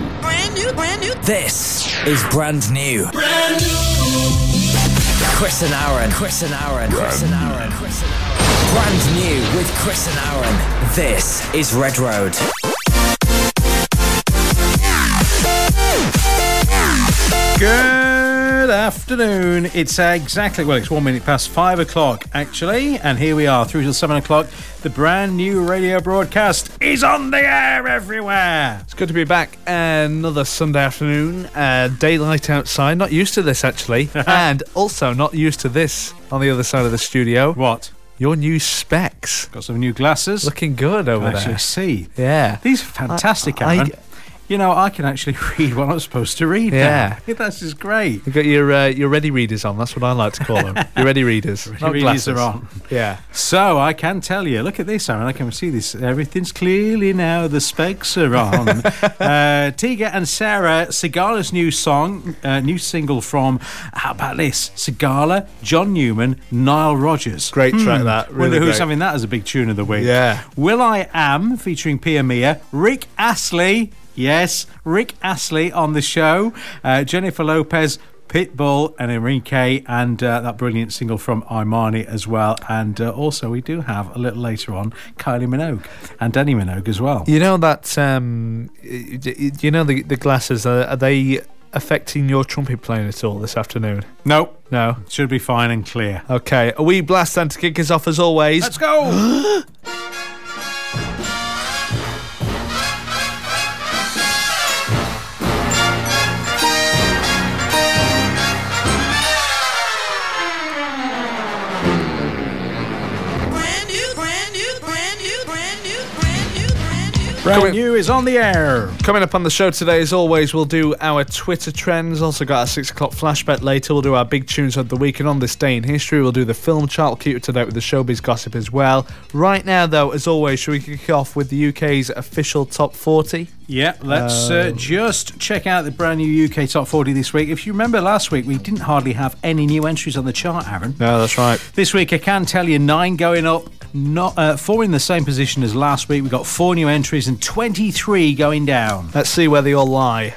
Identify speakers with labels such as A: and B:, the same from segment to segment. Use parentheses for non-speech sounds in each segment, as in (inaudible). A: new, brand new.
B: This is brand new. Brand new. Chris and Aaron. Chris and Aaron. Chris and Aaron. Chris and Aaron. Brand new with Chris and Aaron. This is Red Road.
C: Good afternoon. It's uh, exactly, well, it's one minute past five o'clock, actually. And here we are through till seven o'clock. The brand new radio broadcast is on the air everywhere.
D: It's good to be back another Sunday afternoon. Uh, daylight outside. Not used to this,
C: (laughs)
D: actually. and also not used to this on the other side of the studio.
C: What?
D: Your new specs.
C: Got some new glasses.
D: Looking good
C: I
D: over
C: can actually
D: there.
C: see.
D: Yeah.
C: These are fantastic,
D: I- I-
C: Aaron. you know, I can actually (laughs) read what I'm supposed to read. now. That's just great.
D: You've got your uh, your ready readers on. That's what I like to call them. your ready
C: (laughs)
D: readers. not
C: readers
D: glasses.
C: are on.
D: Yeah.
C: So I can tell you, look at this, Aaron. I can see this. Everything's clearly now. The specs
D: (laughs)
C: are on. uh, Tiga and Sarah, Sigala's new song, uh, new single from. How about this? Sigala, John Newman, Nile Rogers.
D: Great track that. Really
C: Wonder who's
D: great.
C: having that as a big tune of the week.
D: Yeah.
C: Will I Am featuring Pia Mia, Rick Astley. Yes, Rick Astley on the show. Uh, Jennifer Lopez. Pitbull and Enrique, and uh, that brilliant single from Imani as well. And uh, also, we do have a little later on Kylie Minogue and Danny Minogue as well.
D: You know that. Um, y- y- you know the the glasses. Are, are they affecting your trumpet playing at all this afternoon?
C: No,
D: No.
C: should be fine and clear.
D: Okay, a wee blast then to kick us off as always.
C: Let's go!
A: Brand new, brand new, brand new, brand new, brand new, brand new.
C: (gasps) Brand
D: Coming-
C: new is on the air.
D: Coming up on the show today, as always, we'll do our Twitter trends. Also, got our six o'clock flashback later. We'll do our big tunes of the week, and on this day in history, we'll do the film chart. We'll keep you up to date with the showbiz gossip as well. Right now, though, as always, should we kick off with the UK's official top 40?
C: Yeah, let's uh, just check out the brand new UK Top 40 this week. If you remember last week, we didn't hardly have any new entries on the chart, Aaron.
D: No, that's right.
C: This week, I can tell you nine going up, not uh, four in the same position as last week. We've got four new entries and 23 going down.
D: Let's see where they all lie.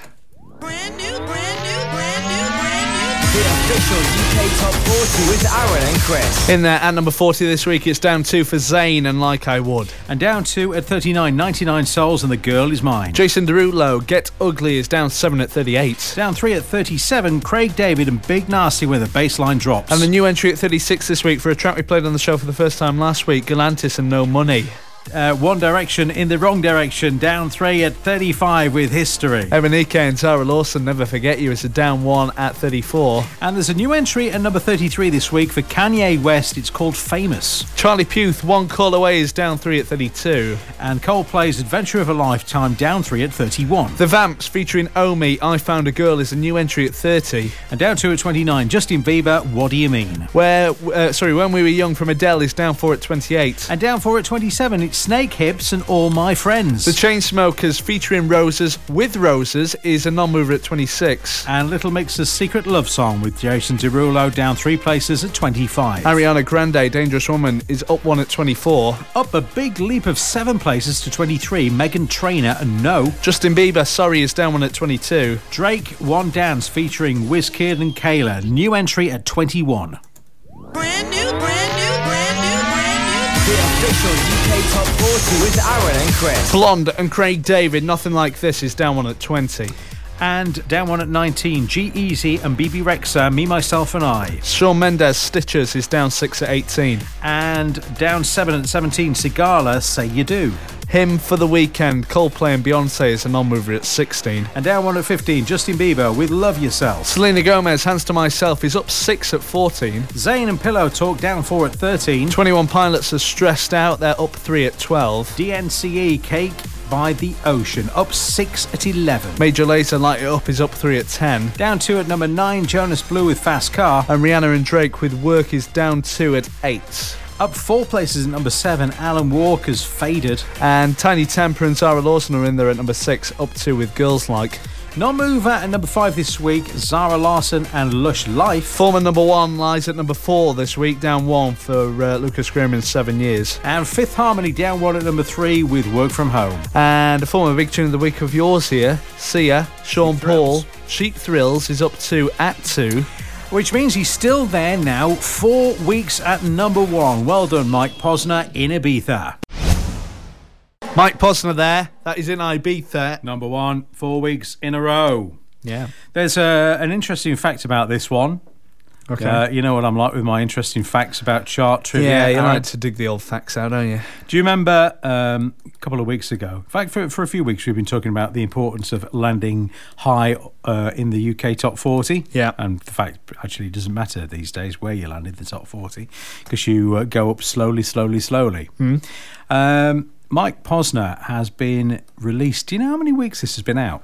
A: Brand new, brand new, brand new, brand new.
B: The official UK Top 40 with Aaron and Chris.
D: In there at number 40 this week, it's down two for Zayn and Like I Would.
C: And down to at 39, 99 souls, and the girl is mine.
D: Jason Derulo, Get Ugly, is down seven at 38.
C: Down three at 37, Craig David and Big Nasty, where the baseline drops.
D: And the new entry at 36 this week for a track we played on the show for the first time last week, Galantis and No Money.
C: uh, One Direction in the wrong direction, down three at 35 with history.
D: Emanike E and Tara Lawson, Never Forget You, is a down one at 34.
C: And there's a new entry at number 33 this week for Kanye West. It's called Famous.
D: Charlie Puth, One Call Away, is down three at 32.
C: And Coldplay's Adventure of a Lifetime, down three at 31.
D: The Vamps featuring Omi, I Found a Girl, is a new entry at 30.
C: And down two at 29, Justin Bieber, What Do You Mean?
D: Where, uh, sorry, When We Were Young from Adele is down four at 28.
C: And down four at 27, it's Snake Hips and All My Friends.
D: The Chainsmokers featuring Roses with Roses is a non mover at 26.
C: and Little Mix's Secret Love Song with Jason Derulo down three places at 25.
D: Ariana Grande, Dangerous Woman, is up one at 24.
C: Up a big leap of seven places to 23, Megan Trainor and No.
D: Justin Bieber, Sorry, is down one at 22.
C: Drake, One Dance featuring Wizkid and Kayla, new entry at 21.
A: Brand new, brand new, brand new, brand new.
B: The official UK Top 40 with Aaron and Chris.
D: Blonde and Craig David, Nothing Like This is down one at 20.
C: And down one at 19, G Easy and BB Rexa, Me, Myself and I.
D: Shawn Mendes, Stitches is down 6 at 18.
C: And down seven at 17, Sigala, Say You Do.
D: Him for the Weekend, Coldplay and Beyonce is a non mover at 16.
C: And down one at 15, Justin Bieber with Love Yourself.
D: Selena Gomez, Hands to Myself is up 6 at 14.
C: Zayn and Pillow Talk down four at 13.
D: 21 Pilots are stressed out, they're up 3 at 12.
C: DNCE E Cake by the Ocean up six at 11.
D: Major Lazer, Light It Up is up 3 at 10.
C: Down two at number nine, Jonas Blue with Fast Car.
D: And Rihanna and Drake with Work is down 2 at 8.
C: Up four places at number seven, Alan Walker's Faded.
D: And Tiny Temper and Zara Lawson are in there at number 6, up 2 with Girls Like.
C: Non Mover at number five this week, Zara Larson and Lush Life.
D: Former number one lies at number four this week, down one for uh, Lucas Graham in seven years.
C: And Fifth Harmony down one at number three with Work From Home.
D: And a former big tune of the week of yours here, Sia, Sean Paul,
C: Thrills.
D: Cheap Thrills is up to at two.
C: Which means he's still there now, four weeks at number one. Well done, Mike Posner in Ibiza.
D: Mike Posner there, that is in Ibiza.
C: Number one, four weeks in a row.
D: Yeah.
C: There's uh, an interesting fact about this one.
D: Okay.
C: Uh, you know what I'm like with my interesting facts about chart trivia.
D: yeah, you
C: Aaron.
D: like to dig the old facts out, don't you?
C: Do you remember um, a couple of weeks ago? In fact, for, for a few weeks, we've been talking about the importance of landing high uh, in the UK top 40.
D: Yeah.
C: And the fact actually it doesn't matter these days where you land in the top 40 because you uh, go up slowly, slowly, slowly. Um, Mike Posner has been released. Do you know how many weeks this has been out?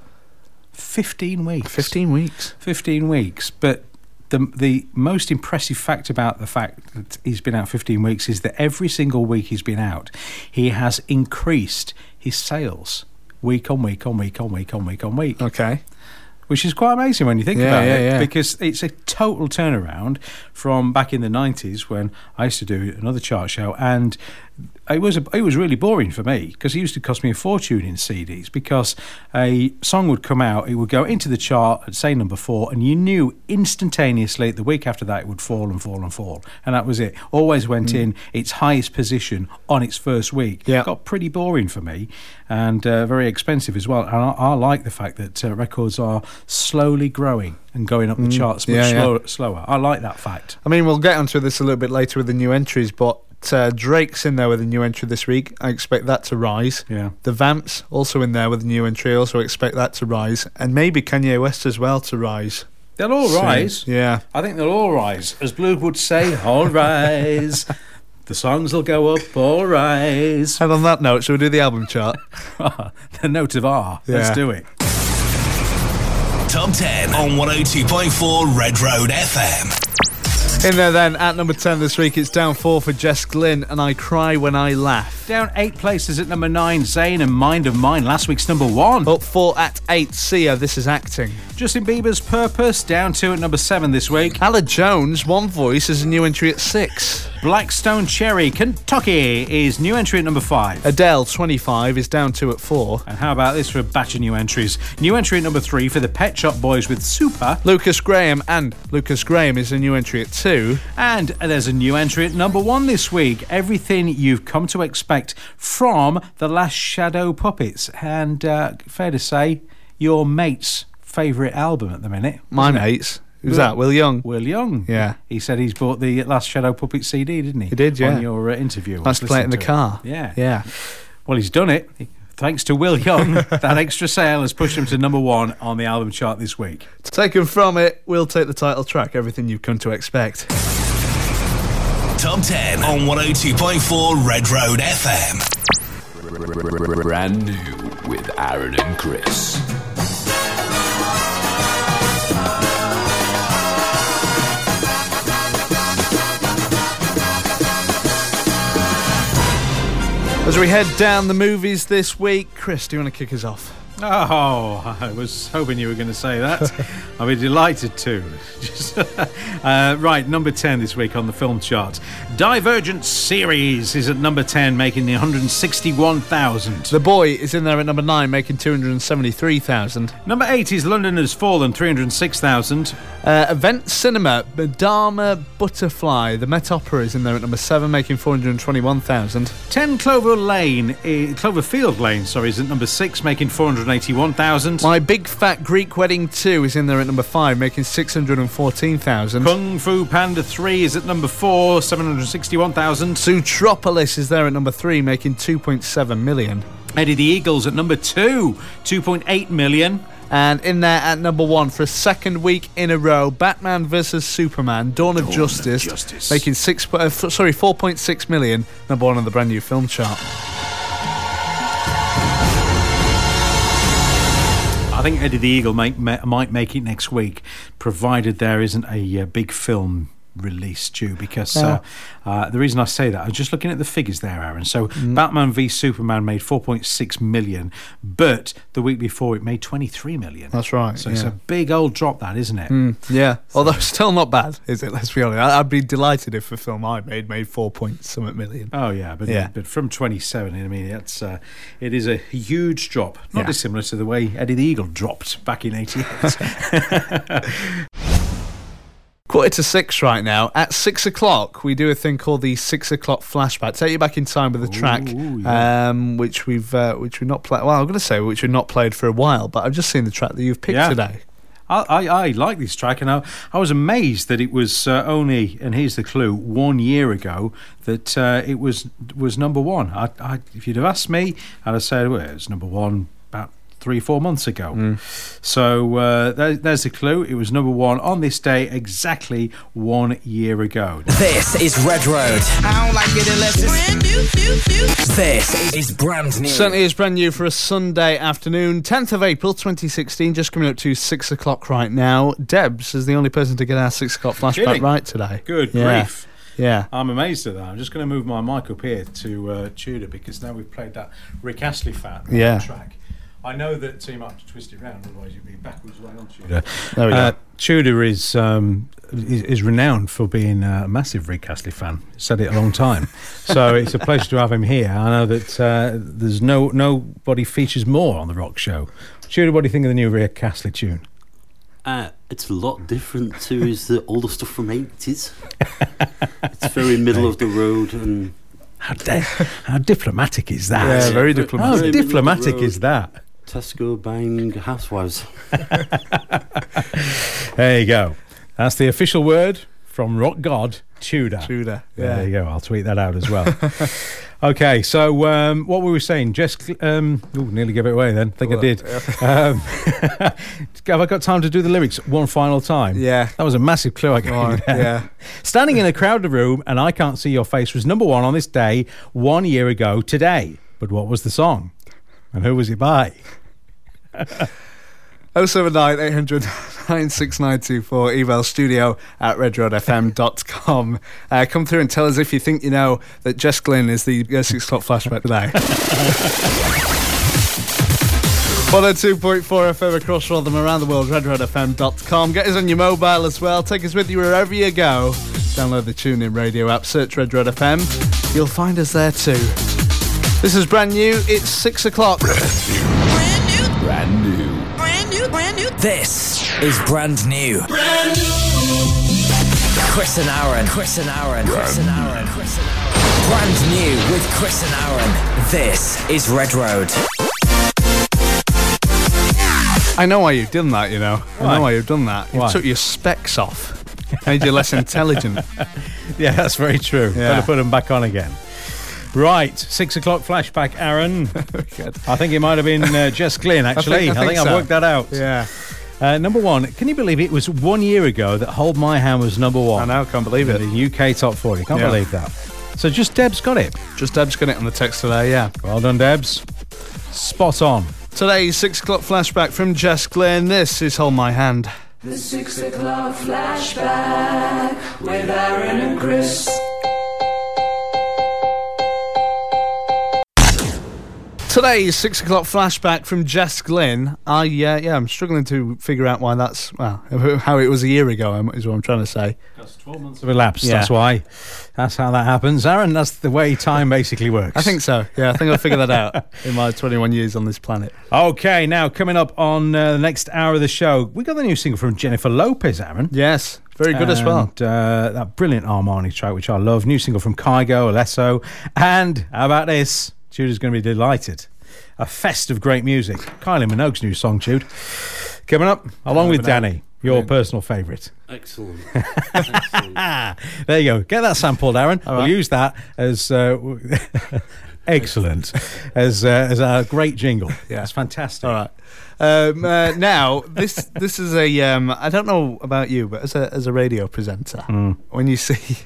C: 15 weeks.
D: 15 weeks.
C: 15 weeks. But the, the most impressive fact about the fact that he's been out 15 weeks is that every single week he's been out, he has increased his sales week on week on week on week on week on week,
D: Okay.
C: which is quite amazing when you think
D: Yeah,
C: about
D: yeah,
C: it
D: yeah.
C: because it's a total turnaround from back in the 90s when I used to do another chart show and. It was a, it was really boring for me because it used to cost me a fortune in CDs because a song would come out, it would go into the chart at say number four, and you knew instantaneously the week after that it would fall and fall and fall, and that was it. Always went in its highest position on its first week.
D: Hmm. Yeah.
C: got pretty boring for me, and uh, very expensive as well. And I, I like the fact that uh, records are slowly growing and going up the charts much
D: Mm, Yeah, yeah.
C: slower, slower. I like that fact.
D: I mean, we'll get onto this a little bit later with the new entries, but uh, Drake's in there with a new entry this week. I expect that to rise.
C: Yeah.
D: The Vamps also in there with a new entry. Also expect that to rise, and maybe Kanye West as well to rise.
C: They'll all
D: soon.
C: rise.
D: Yeah.
C: I think they'll all rise. As Blue would say, all rise. (laughs) The songs will go up, all rise. (laughs)
D: And on that note, shall we do the album chart?
C: the note of R.
D: Yeah.
C: Let's do it.
E: Top 10 on 102.4 Red Road FM.
D: in there then, at number 10 this week, it's down four for Jess Glynn, and I Cry When I Laugh.
C: Down eight places at number nine, Zayn and Mind of Mine, last week's number one.
D: Up four at eight, Sia, This Is Acting.
C: Justin Bieber's Purpose, down two at number seven this week.
D: Alla Jones, One Voice, is a new entry at six.
C: Blackstone Cherry, Kentucky, is new entry at number five.
D: Adele, 25, is down two at four.
C: And how about this for a batch of new entries? New entry at number three for the Pet Shop Boys with Super.
D: Lucas Graham and Lucas Graham is a new entry at two.
C: And there's a new entry at number one this week. Everything you've come to expect from the Last Shadow Puppets, and uh, fair to say, your mate's favourite album at the minute.
D: My mates. Who's that? Will Young.
C: Will Young.
D: Yeah.
C: He said he's bought the Last Shadow Puppet CD, didn't he? He
D: did, yeah.
C: On your uh, interview. I
D: Let's
C: was
D: play it in the
C: listening
D: car.
C: to Yeah.
D: Yeah.
C: Well, he's done it. Thanks to Will (laughs) Young, that extra sale has pushed him to number one on the album chart this week.
D: Taken from it, we'll take the title track, Everything You've Come to Expect.
E: Top 10 on 102.4 Red Road FM.
F: Brand new with Aaron and Chris.
D: As we head down the movies this week, Chris, do you want to kick us off?
C: Oh, I was hoping you were going to say that. I'll be delighted to. (laughs) Just- uh, right, number 10 this week on the film chart. Divergent Series is at number 10, making the 161,000.
D: The Boy is in there at number nine, making 273,000.
C: Number 8 is London Has Fallen, 306,000.
D: Uh, event Cinema, Madama Butterfly, the Met Opera is in there at number seven, making 421,000.
C: 10 Clover Lane, eh, Cloverfield Lane, sorry, is at number 6, making 481,000.
D: My Big Fat Greek Wedding 2 is in there at number five, making 614,000.
C: Kung Fu Panda 3 is at number 4, 761,000.
D: Zootropolis is there at number three, making 2.7 million.
C: Eddie the Eagles at number 2, 2.8 million.
D: And in there at number one for a second week in a row, Batman vs Superman: Dawn, of, Justice,
C: Justice.
D: making six, po- uh, f- sorry, 4.6 million, number one on the brand new film chart.
C: I think Eddie the Eagle make, ma- might make it next week, provided there isn't a uh, big film release, Stu, because uh, uh, the reason I say that, I was just looking at the figures there, Aaron. So
D: Mm.
C: Batman v Superman made 4.6 million, but the week before it made 23 million.
D: That's right,
C: So it's
D: yeah. Mm.
C: a big old drop, that, isn't it?
D: Yeah, (laughs) although still not bad, is it? Let's be honest. I- I'd be delighted if a film I made made four point something million.
C: Oh yeah, but
D: Yeah.
C: but from 27, I mean, it's uh, it is a huge drop, not
D: Yeah.
C: dissimilar to the way Eddie the Eagle dropped back in 88.
D: Quarter to six right now. At six o'clock, we do a thing called the six o'clock flashback. Take you back in time with a track,
C: Ooh,
D: um, which we've uh, which we've not played. Well, I'm going to say which we've not played for a while, but I've just seen the track that you've picked
C: Yeah.
D: today.
C: (laughs) I, I, I like this track, and I, I was amazed that it was uh, only, and here's the clue, one year ago that uh, it was was number one. I, I, if you'd have asked me, I'd have said well, it was number one about three, four months ago.
D: Mm.
C: So uh, there, there's the clue. It was number one on this day exactly one year ago.
B: This is Red Road.
G: I don't like it unless it's
A: brand new, new, new.
B: This is brand new.
D: Certainly is brand new for a Sunday afternoon, 10th of April 2016, just coming up to six o'clock right now. Debs is the only person to get our six o'clock flashback
C: Kidding.
D: right today.
C: Good
D: yeah.
C: grief.
D: Yeah.
C: I'm amazed at that. I'm just going to move my mic up here to uh, Tudor because now we've played that Rick Astley fat
D: Yeah.
C: track. I know that you might have to twist it round, otherwise you'd be backwards way on Tudor.
D: There we go.
C: Uh, Tudor is, um, is is renowned for being a massive Rick Astley fan. Said it a
D: (laughs)
C: long time, so it's a pleasure to have him here. I know that uh, there's no nobody features more on the rock show. Tudor, what do you think of the new Rick Astley tune?
H: Uh, it's a lot different to his uh, older stuff from eighties. it's very middle of the road and
C: How, da- how diplomatic is that?
D: Yeah, very
C: How
D: diplomatic.
H: Very middle of the
C: diplomatic is
H: road.
C: that?
H: Tesco buying housewives.
C: There you go. That's the official word from rock god Tudor.
D: Tudor,
C: Yeah.
D: yeah.
C: There you go. I'll tweet that out
D: (laughs)
C: as well. okay. So um, what were we saying? Just cl- um, ooh, nearly gave it away. Then think I
D: Well,
C: did.
D: (laughs)
C: Um, (laughs) have I got time to do the lyrics one final time?
D: Yeah.
C: That was a massive clue I gave
D: All
C: you
D: right,
C: there.
D: yeah.
C: (laughs) Standing in a crowded room and I can't see your face was number one on this day one year ago today. But what was the song? And who was it by?
D: 079 800 (laughs) 96924, email studio at redroadfm.com. Uh, come through and tell us if you think you know that Jess Glynn is the uh, 6 o'clock flashback today. oh 102.4 FM across Rotherham around the world, redroadfm.com. Get us on your mobile as well. Take us with you wherever you go. Download the TuneIn radio app, search Red Road FM. You'll find us there too. This is brand new. It's 6 o'clock.
A: Brand new,
F: Brand new.
A: brand new, brand new.
B: This is brand new. Brand new. Chris and Aaron. Chris and Aaron. Chris and Aaron. Chris and Aaron. Brand new with Chris and Aaron. This is Red Road.
D: I know why you've done that, you know. I
C: Why?
D: know why you've done that. You
C: Why?
D: took your specs off. Made you less
C: (laughs)
D: intelligent.
C: Yeah, that's very true.
D: Yeah.
C: Better put them back on again. Right, six o'clock flashback, Aaron.
D: (laughs) Good.
C: I think it might have been uh,
D: (laughs)
C: Jess Glynn, actually. I think, I
D: think so.
C: have worked that out.
D: Yeah.
C: Uh, number one, can you believe it was one year ago that Hold My Hand was number one?
D: I know, can't believe
C: In
D: it.
C: the UK top 40. Can't
D: Yeah.
C: believe that. So just Deb's got it.
D: Just Deb's got it on the text today, yeah.
C: Well done, Debs. Spot on.
D: Today's six o'clock flashback from Jess Glynn. This is Hold My Hand. Today's six o'clock flashback from Jess Glynn. I uh, yeah, I'm struggling to figure out why that's well how it was a year ago um, is what I'm trying to say.
C: That's 12 months of elapsed. That's
D: Yeah.
C: why. That's how that happens. Aaron, that's the way time basically works.
D: I think so. Yeah, I think I'll figure that
C: (laughs)
D: out in my 21 years on this planet.
C: Okay, now coming up on uh, the next hour of the show, we got the new single from Jennifer Lopez, Aaron.
D: Yes, very good as well.
C: And, uh, that brilliant Armani track, which I love. New single from Kygo, Alesso. And how about this? Tudor's going to be delighted. A fest of great music. Kylie Minogue's new song, Jude. Coming up, along with Danny, your personal favourite.
H: Excellent. Excellent.
C: Ah, there you go. Get that sampled, Aaron. we'll use that as. Uh, (laughs) w- Excellent, as uh, as our
D: (laughs)
C: great jingle. Yeah, it's fantastic.
D: All right. Um, uh, now this this is a um, I don't know about you, but as a as a radio presenter,
C: Hmm.
D: when you see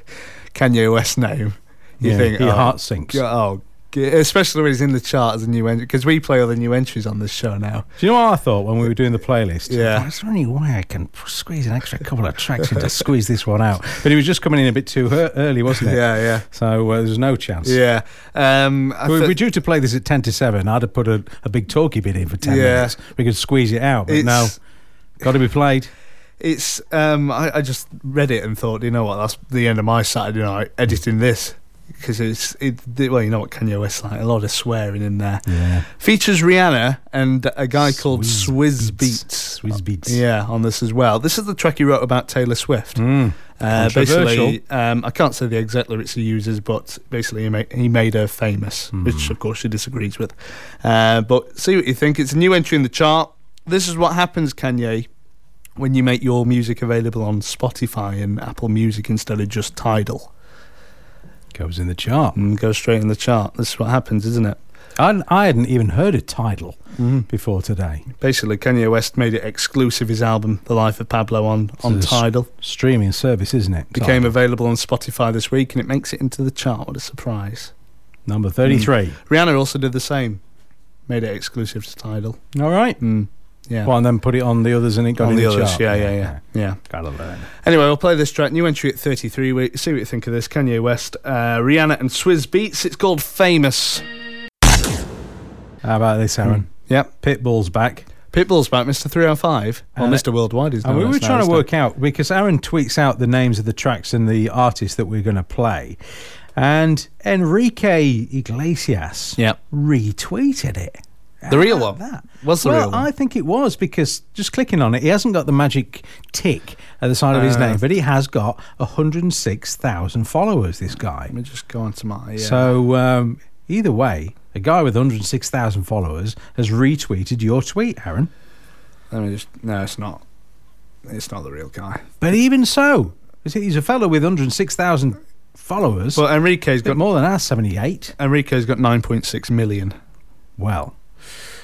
D: Kanye West's name, you
C: Yeah,
D: think
C: your
D: oh,
C: heart sinks.
D: God, oh especially when he's in the chart as a new entry because we play other new entries on this show now.
C: Do you know what I thought when we were doing the playlist?
D: Yeah.
C: I thought, Is there any way I can p- squeeze an extra couple of tracks in to squeeze this one out? But it was just coming in a bit too hur- early, wasn't it?
D: Yeah, yeah.
C: So uh, there's no chance.
D: Yeah, um, I
C: We,
D: thi-
C: we're due to play this at 10 to 7. I'd have put a, a big talkie bit in for 10
D: Yeah.
C: minutes. We could squeeze it out, but no.
D: It's-
C: Got to be played.
D: it's um, I, I just read it and thought, you know what, that's the end of my Saturday night editing this because it's it, the- well, you know what Kanye West like a lot of swearing in there.
C: Yeah.
D: Features Rihanna and a guy called Swizz Beats.
C: Swizz Beats.
D: Yeah, on this as well. This is the track he wrote about Taylor Swift.
C: Hmm.
D: Uh, basically, um, I can't say the exact lyrics he uses, but basically he made, he made her famous,
C: Hmm.
D: which of course she disagrees with. Uh, but see what you think. It's a new entry in the chart. This is what happens, Kanye, when you make your music available on Spotify and Apple Music instead of just Tidal.
C: Goes in the chart.
D: And go straight in the chart. This is what happens, isn't it?
C: I, I hadn't even heard of Tidal before today.
D: Basically, Kanye West made it exclusive his album, The Life of Pablo, on, on
C: this-
D: Tidal.
C: Streaming service, isn't it?
D: became
C: Tidal.
D: available on Spotify this week and it makes it into the chart. What a surprise.
C: number 33.
D: Rihanna also did the same, made it exclusive to Tidal.
C: All right.
D: Mm. Yeah.
C: Well, and then put it on the others and it got
D: on
C: in
D: the,
C: the,
D: others.
C: chart.
D: Yeah, yeah, yeah, yeah.
C: Gotta learn.
D: Anyway, we'll play this track. New entry at 33. We see what you think of this. Kanye West, uh, Rihanna, and Swizz Beats. It's called Famous.
C: How about this, Aaron?
D: Yep.
C: Pitbull's back.
D: Pitbull's back, Mr. 305. Well,
C: And-
D: Mr. Worldwide is
C: And
D: known
C: Oh,
D: as
C: we were
D: now,
C: trying to
D: isn't
C: work out because Aaron tweets out the names of the tracks and the artists that we're going to play. And Enrique Iglesias
D: Yep.
C: retweeted it.
D: The real one?
C: That.
D: Was the
C: well,
D: real one?
C: I think it was because just clicking on it, he hasn't got the magic tick at the side of
D: Uh.
C: his name, but he has got 106,000 followers, this guy.
D: Let me just go on to my. Yeah.
C: So um, either way, a guy with 106,000 followers has retweeted your tweet, Aaron.
D: Let me just. No, it's not. It's not the real guy.
C: But even so, you see, he's a fellow with 106,000 followers,
D: But Enrique's
C: but
D: got
C: more than our 78.
D: Enrique's got 9.6 million
C: Well,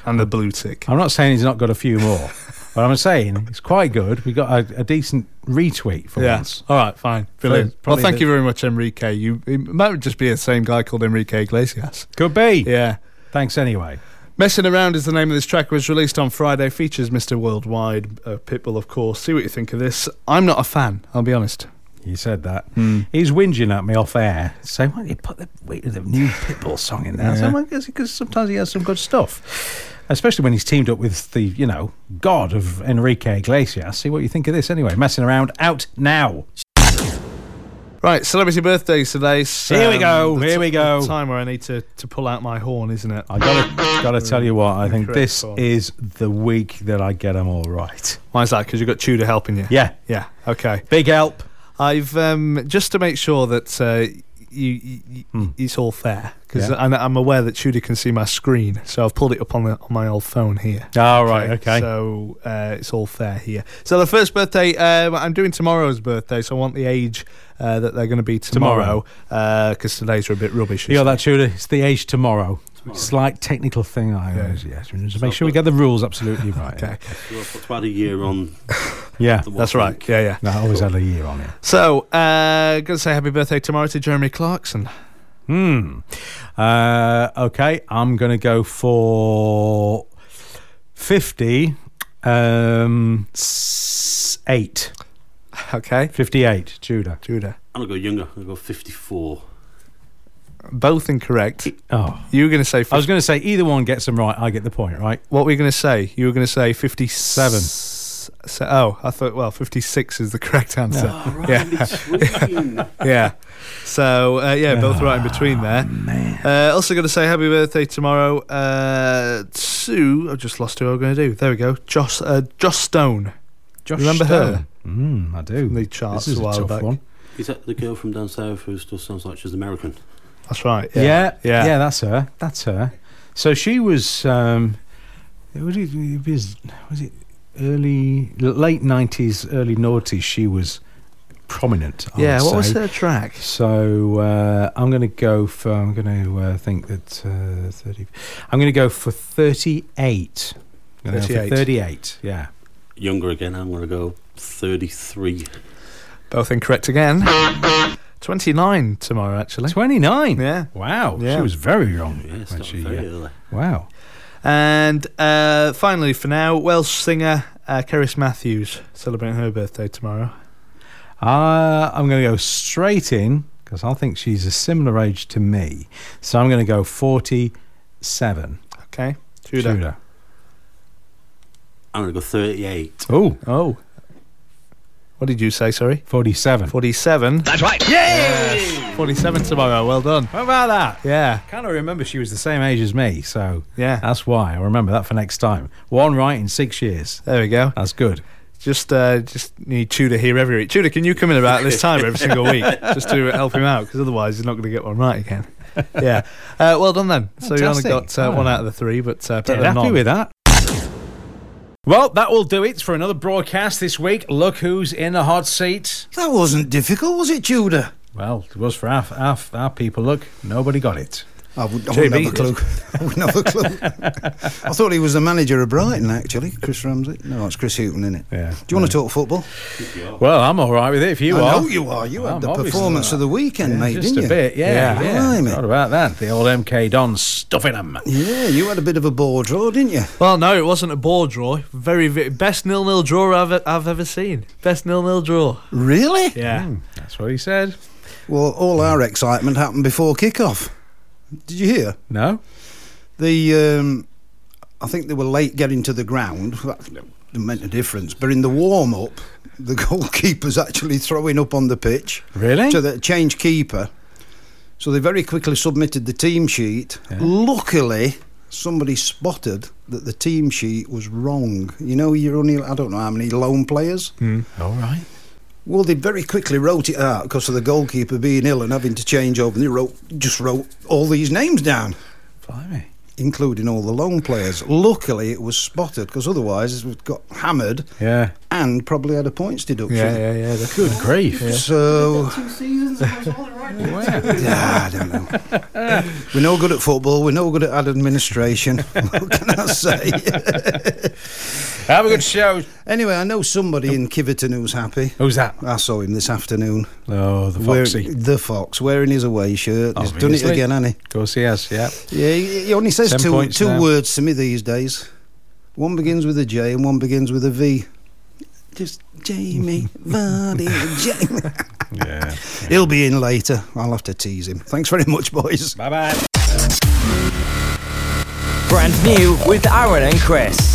D: and the blue tick.
C: I'm not saying he's not got a few more, but I'm saying it's quite good. We got a, a decent retweet for
D: Yes.
C: once.
D: All right. Fine. Brilliant. Well,
C: probably
D: thank
C: the-
D: you very much, Enrique. You it might just be the same guy called Enrique Iglesias.
C: Could be.
D: Yeah.
C: Thanks anyway.
D: Messing Around is the name of this track. was released on Friday. Features Mr. Worldwide, uh, Pitbull, of course. See what you think of this. I'm not a fan. I'll be honest.
C: You said that. He's whinging at me off air, saying, "Why don't you put the weight of the new Pitbull song in there?" I said, well, because sometimes he has some good stuff, especially when he's teamed up with the, you know, god of Enrique Iglesias. See what you think of this anyway. Messing around out now.
D: Right. Celebrity birthdays today. So,
C: Here we go,
D: the
C: here we go.
D: the Time where I need to, to pull out my horn, isn't it?
C: I gotta gotta tell you what I think.
D: Correct
C: This
D: form.
C: is the week that I get them all right.
D: Why is that? Because you've got Tudor helping you.
C: Yeah,
D: Yeah. Okay.
C: big help.
D: I've um, just to make sure that uh, you, you, you it's all fair because
C: Yeah.
D: I'm aware that Tudor can see my screen, so I've pulled it up on, the, on my old phone here.
C: All right, okay.
D: So uh, it's all fair here. So the first birthday, um, I'm doing tomorrow's birthday, so I want the age uh, that they're going to be tomorrow because today's are a bit rubbish.
C: You got
D: isn't
C: that, Tudor? It's the age tomorrow. Slight technical thing I always, yeah. Just make sure we get the rules absolutely right.
D: it? Okay,
H: Well, That's about a year on.
C: Yeah.
H: the
D: that's
H: watch
D: right.
H: week.
D: Yeah, yeah.
C: No, I always had a year on it.
D: So uh, going to say happy birthday tomorrow to Jeremy Clarkson. (laughs)
C: Hmm. Uh, okay, I'm going to go for 50. Um, s- 8.
D: Okay,
C: 58, Judah.
D: Tudor.
H: And I'll go younger. I'll go 54.
D: Both incorrect.
C: Oh.
D: You were going to say
C: I was going to say either one gets them right, I get the point, right?
D: What were you going to say? You were going to say 57.
C: Seven.
D: Se- oh, I thought, well, 56 is the correct answer.
H: Ah,
D: Yeah.
H: Switching.
D: (laughs) yeah. So, uh, yeah, both right in between there. Uh, also, going to say happy birthday tomorrow uh, to. I've just lost who I'm going to do. There we go. Joss, uh, Joss Stone.
C: Josh
D: Remember her?
C: Mm, I do.
D: From the charts
C: this is
D: a
C: a,
D: while
C: tough
D: back.
C: one.
H: Is that the girl from down south who still sounds like she's American?
D: That's right.
C: Yeah. Yeah,
D: Yeah.
C: that's her. That's her. So she was. Um, was it, it was, was it early, late 90s, early noughties? She was prominent. I
D: Yeah,
C: would
D: what was
C: say.
D: their track?
C: So uh, I'm going to go for. I'm going to uh, think that uh, thirty. I'm going to go for thirty-eight. I'm gonna go for
D: 38.
C: Thirty-eight. Yeah.
H: Younger again. I'm going to go 33.
C: (laughs)
D: Both incorrect again. 29 tomorrow, actually.
C: 29.
D: Yeah.
C: Wow.
D: Yeah.
C: She was very young.
H: Yeah, it's
C: when
H: not
C: she,
H: very
C: uh,
H: early.
C: wow.
D: And uh, finally, for now, Welsh singer uh, Keris Matthews celebrating her birthday tomorrow.
C: Uh, I'm going to go straight in because I think she's a similar age to me. So I'm going to go 47.
D: Okay. Tudor.
C: Tudor.
H: I'm going to go 38.
C: Oh,
D: Oh. What did you say, sorry?
C: 47.
D: 47.
I: That's right.
D: 47 tomorrow. Well done.
C: How about that?
D: Yeah.
C: Kind of remember she was the same age as me, so
D: Yeah.
C: that's why I remember that for next time. One right in six years.
D: There we go.
C: That's good.
D: Just uh, just need Tudor here every week. Tudor, can you come in about this time every single week
C: (laughs)
D: just to help him out? Because otherwise, he's not going to get one right again. Yeah. Uh, well done then. So you only got
C: Fantastic.
D: uh, one
C: Oh.
D: out of the three, but uh, better
C: Dead
D: than
C: happy
D: none.
C: with that. Well, that will do it for another broadcast this week. Look who's in the hot seat.
J: That wasn't difficult, was it, Tudor?
C: Well, it was for half, half our people. Look, nobody got it.
J: I wouldn't, I wouldn't have a clue. (laughs) I wouldn't have a clue. I thought he was the manager of Brighton, actually, Chris Ramsey. No, it's Chris Houghton, isn't it?
C: Yeah,
J: Do you want to talk football?
C: Well, I'm all right with it if you
J: I
C: are.
J: know you are. You
C: I'm
J: had the
C: obviously
J: performance
C: not.
J: of the weekend,
C: Yeah,
J: mate,
C: just
J: didn't
C: a
J: you?
C: bit, yeah.
D: Yeah.
C: yeah.
J: Blimey.
C: Not about that. The old MK Don stuffing them.
J: Yeah, you had a bit of a ball draw, didn't you?
D: Well, no, it wasn't a ball draw. Very, very best nil nil draw I've, I've ever seen. Best nil nil draw.
J: Really?
D: Yeah.
C: Hmm, That's what he said.
J: Well, all our excitement happened before kick-off. Did you hear?
C: No?
J: The um, I think they were late getting to the ground. That meant a difference. But in the warm-up, the (laughs) goalkeeper's actually throwing up on the pitch
C: Really?
J: to the change keeper. So they very quickly submitted the team sheet. Luckily, somebody spotted that the team sheet was wrong. You know, you're only I don't know how many lone players.
C: Hmm. all right.
J: Well, they very quickly wrote it out because of the goalkeeper being ill and having to change over. And they wrote just wrote all these names down,
C: Blimey.
J: including all the loan players. Luckily, it was spotted because otherwise it would got hammered
C: Yeah.
J: and probably had a points deduction.
D: Yeah, yeah, yeah. That's
C: Good grief.
J: So
H: Two seasons, I was all right.
J: yeah, I don't know. we're no good at football. We're no good at ad administration. (laughs) what can I say? (laughs)
C: Have a good show.
J: anyway, I know somebody in Kiverton who's happy.
C: Who's that?
J: I saw him this afternoon.
C: Oh, the
J: Wear-
C: Foxy.
J: the fox wearing his away shirt. He's done it
C: Obviously.
J: again, hasn't he?
C: Of course he has, yeah.
J: Yeah, he he only says
C: Ten
J: two,
C: points
J: two
C: now.
J: words to me these days. One begins with a J and one begins with a V. Just
C: (laughs)
J: Jamie Vardy, Jamie.
C: Yeah.
J: He'll be in later. I'll have to tease him. Thanks very much, boys.
C: Bye bye.
K: Brand new with Aaron and Chris.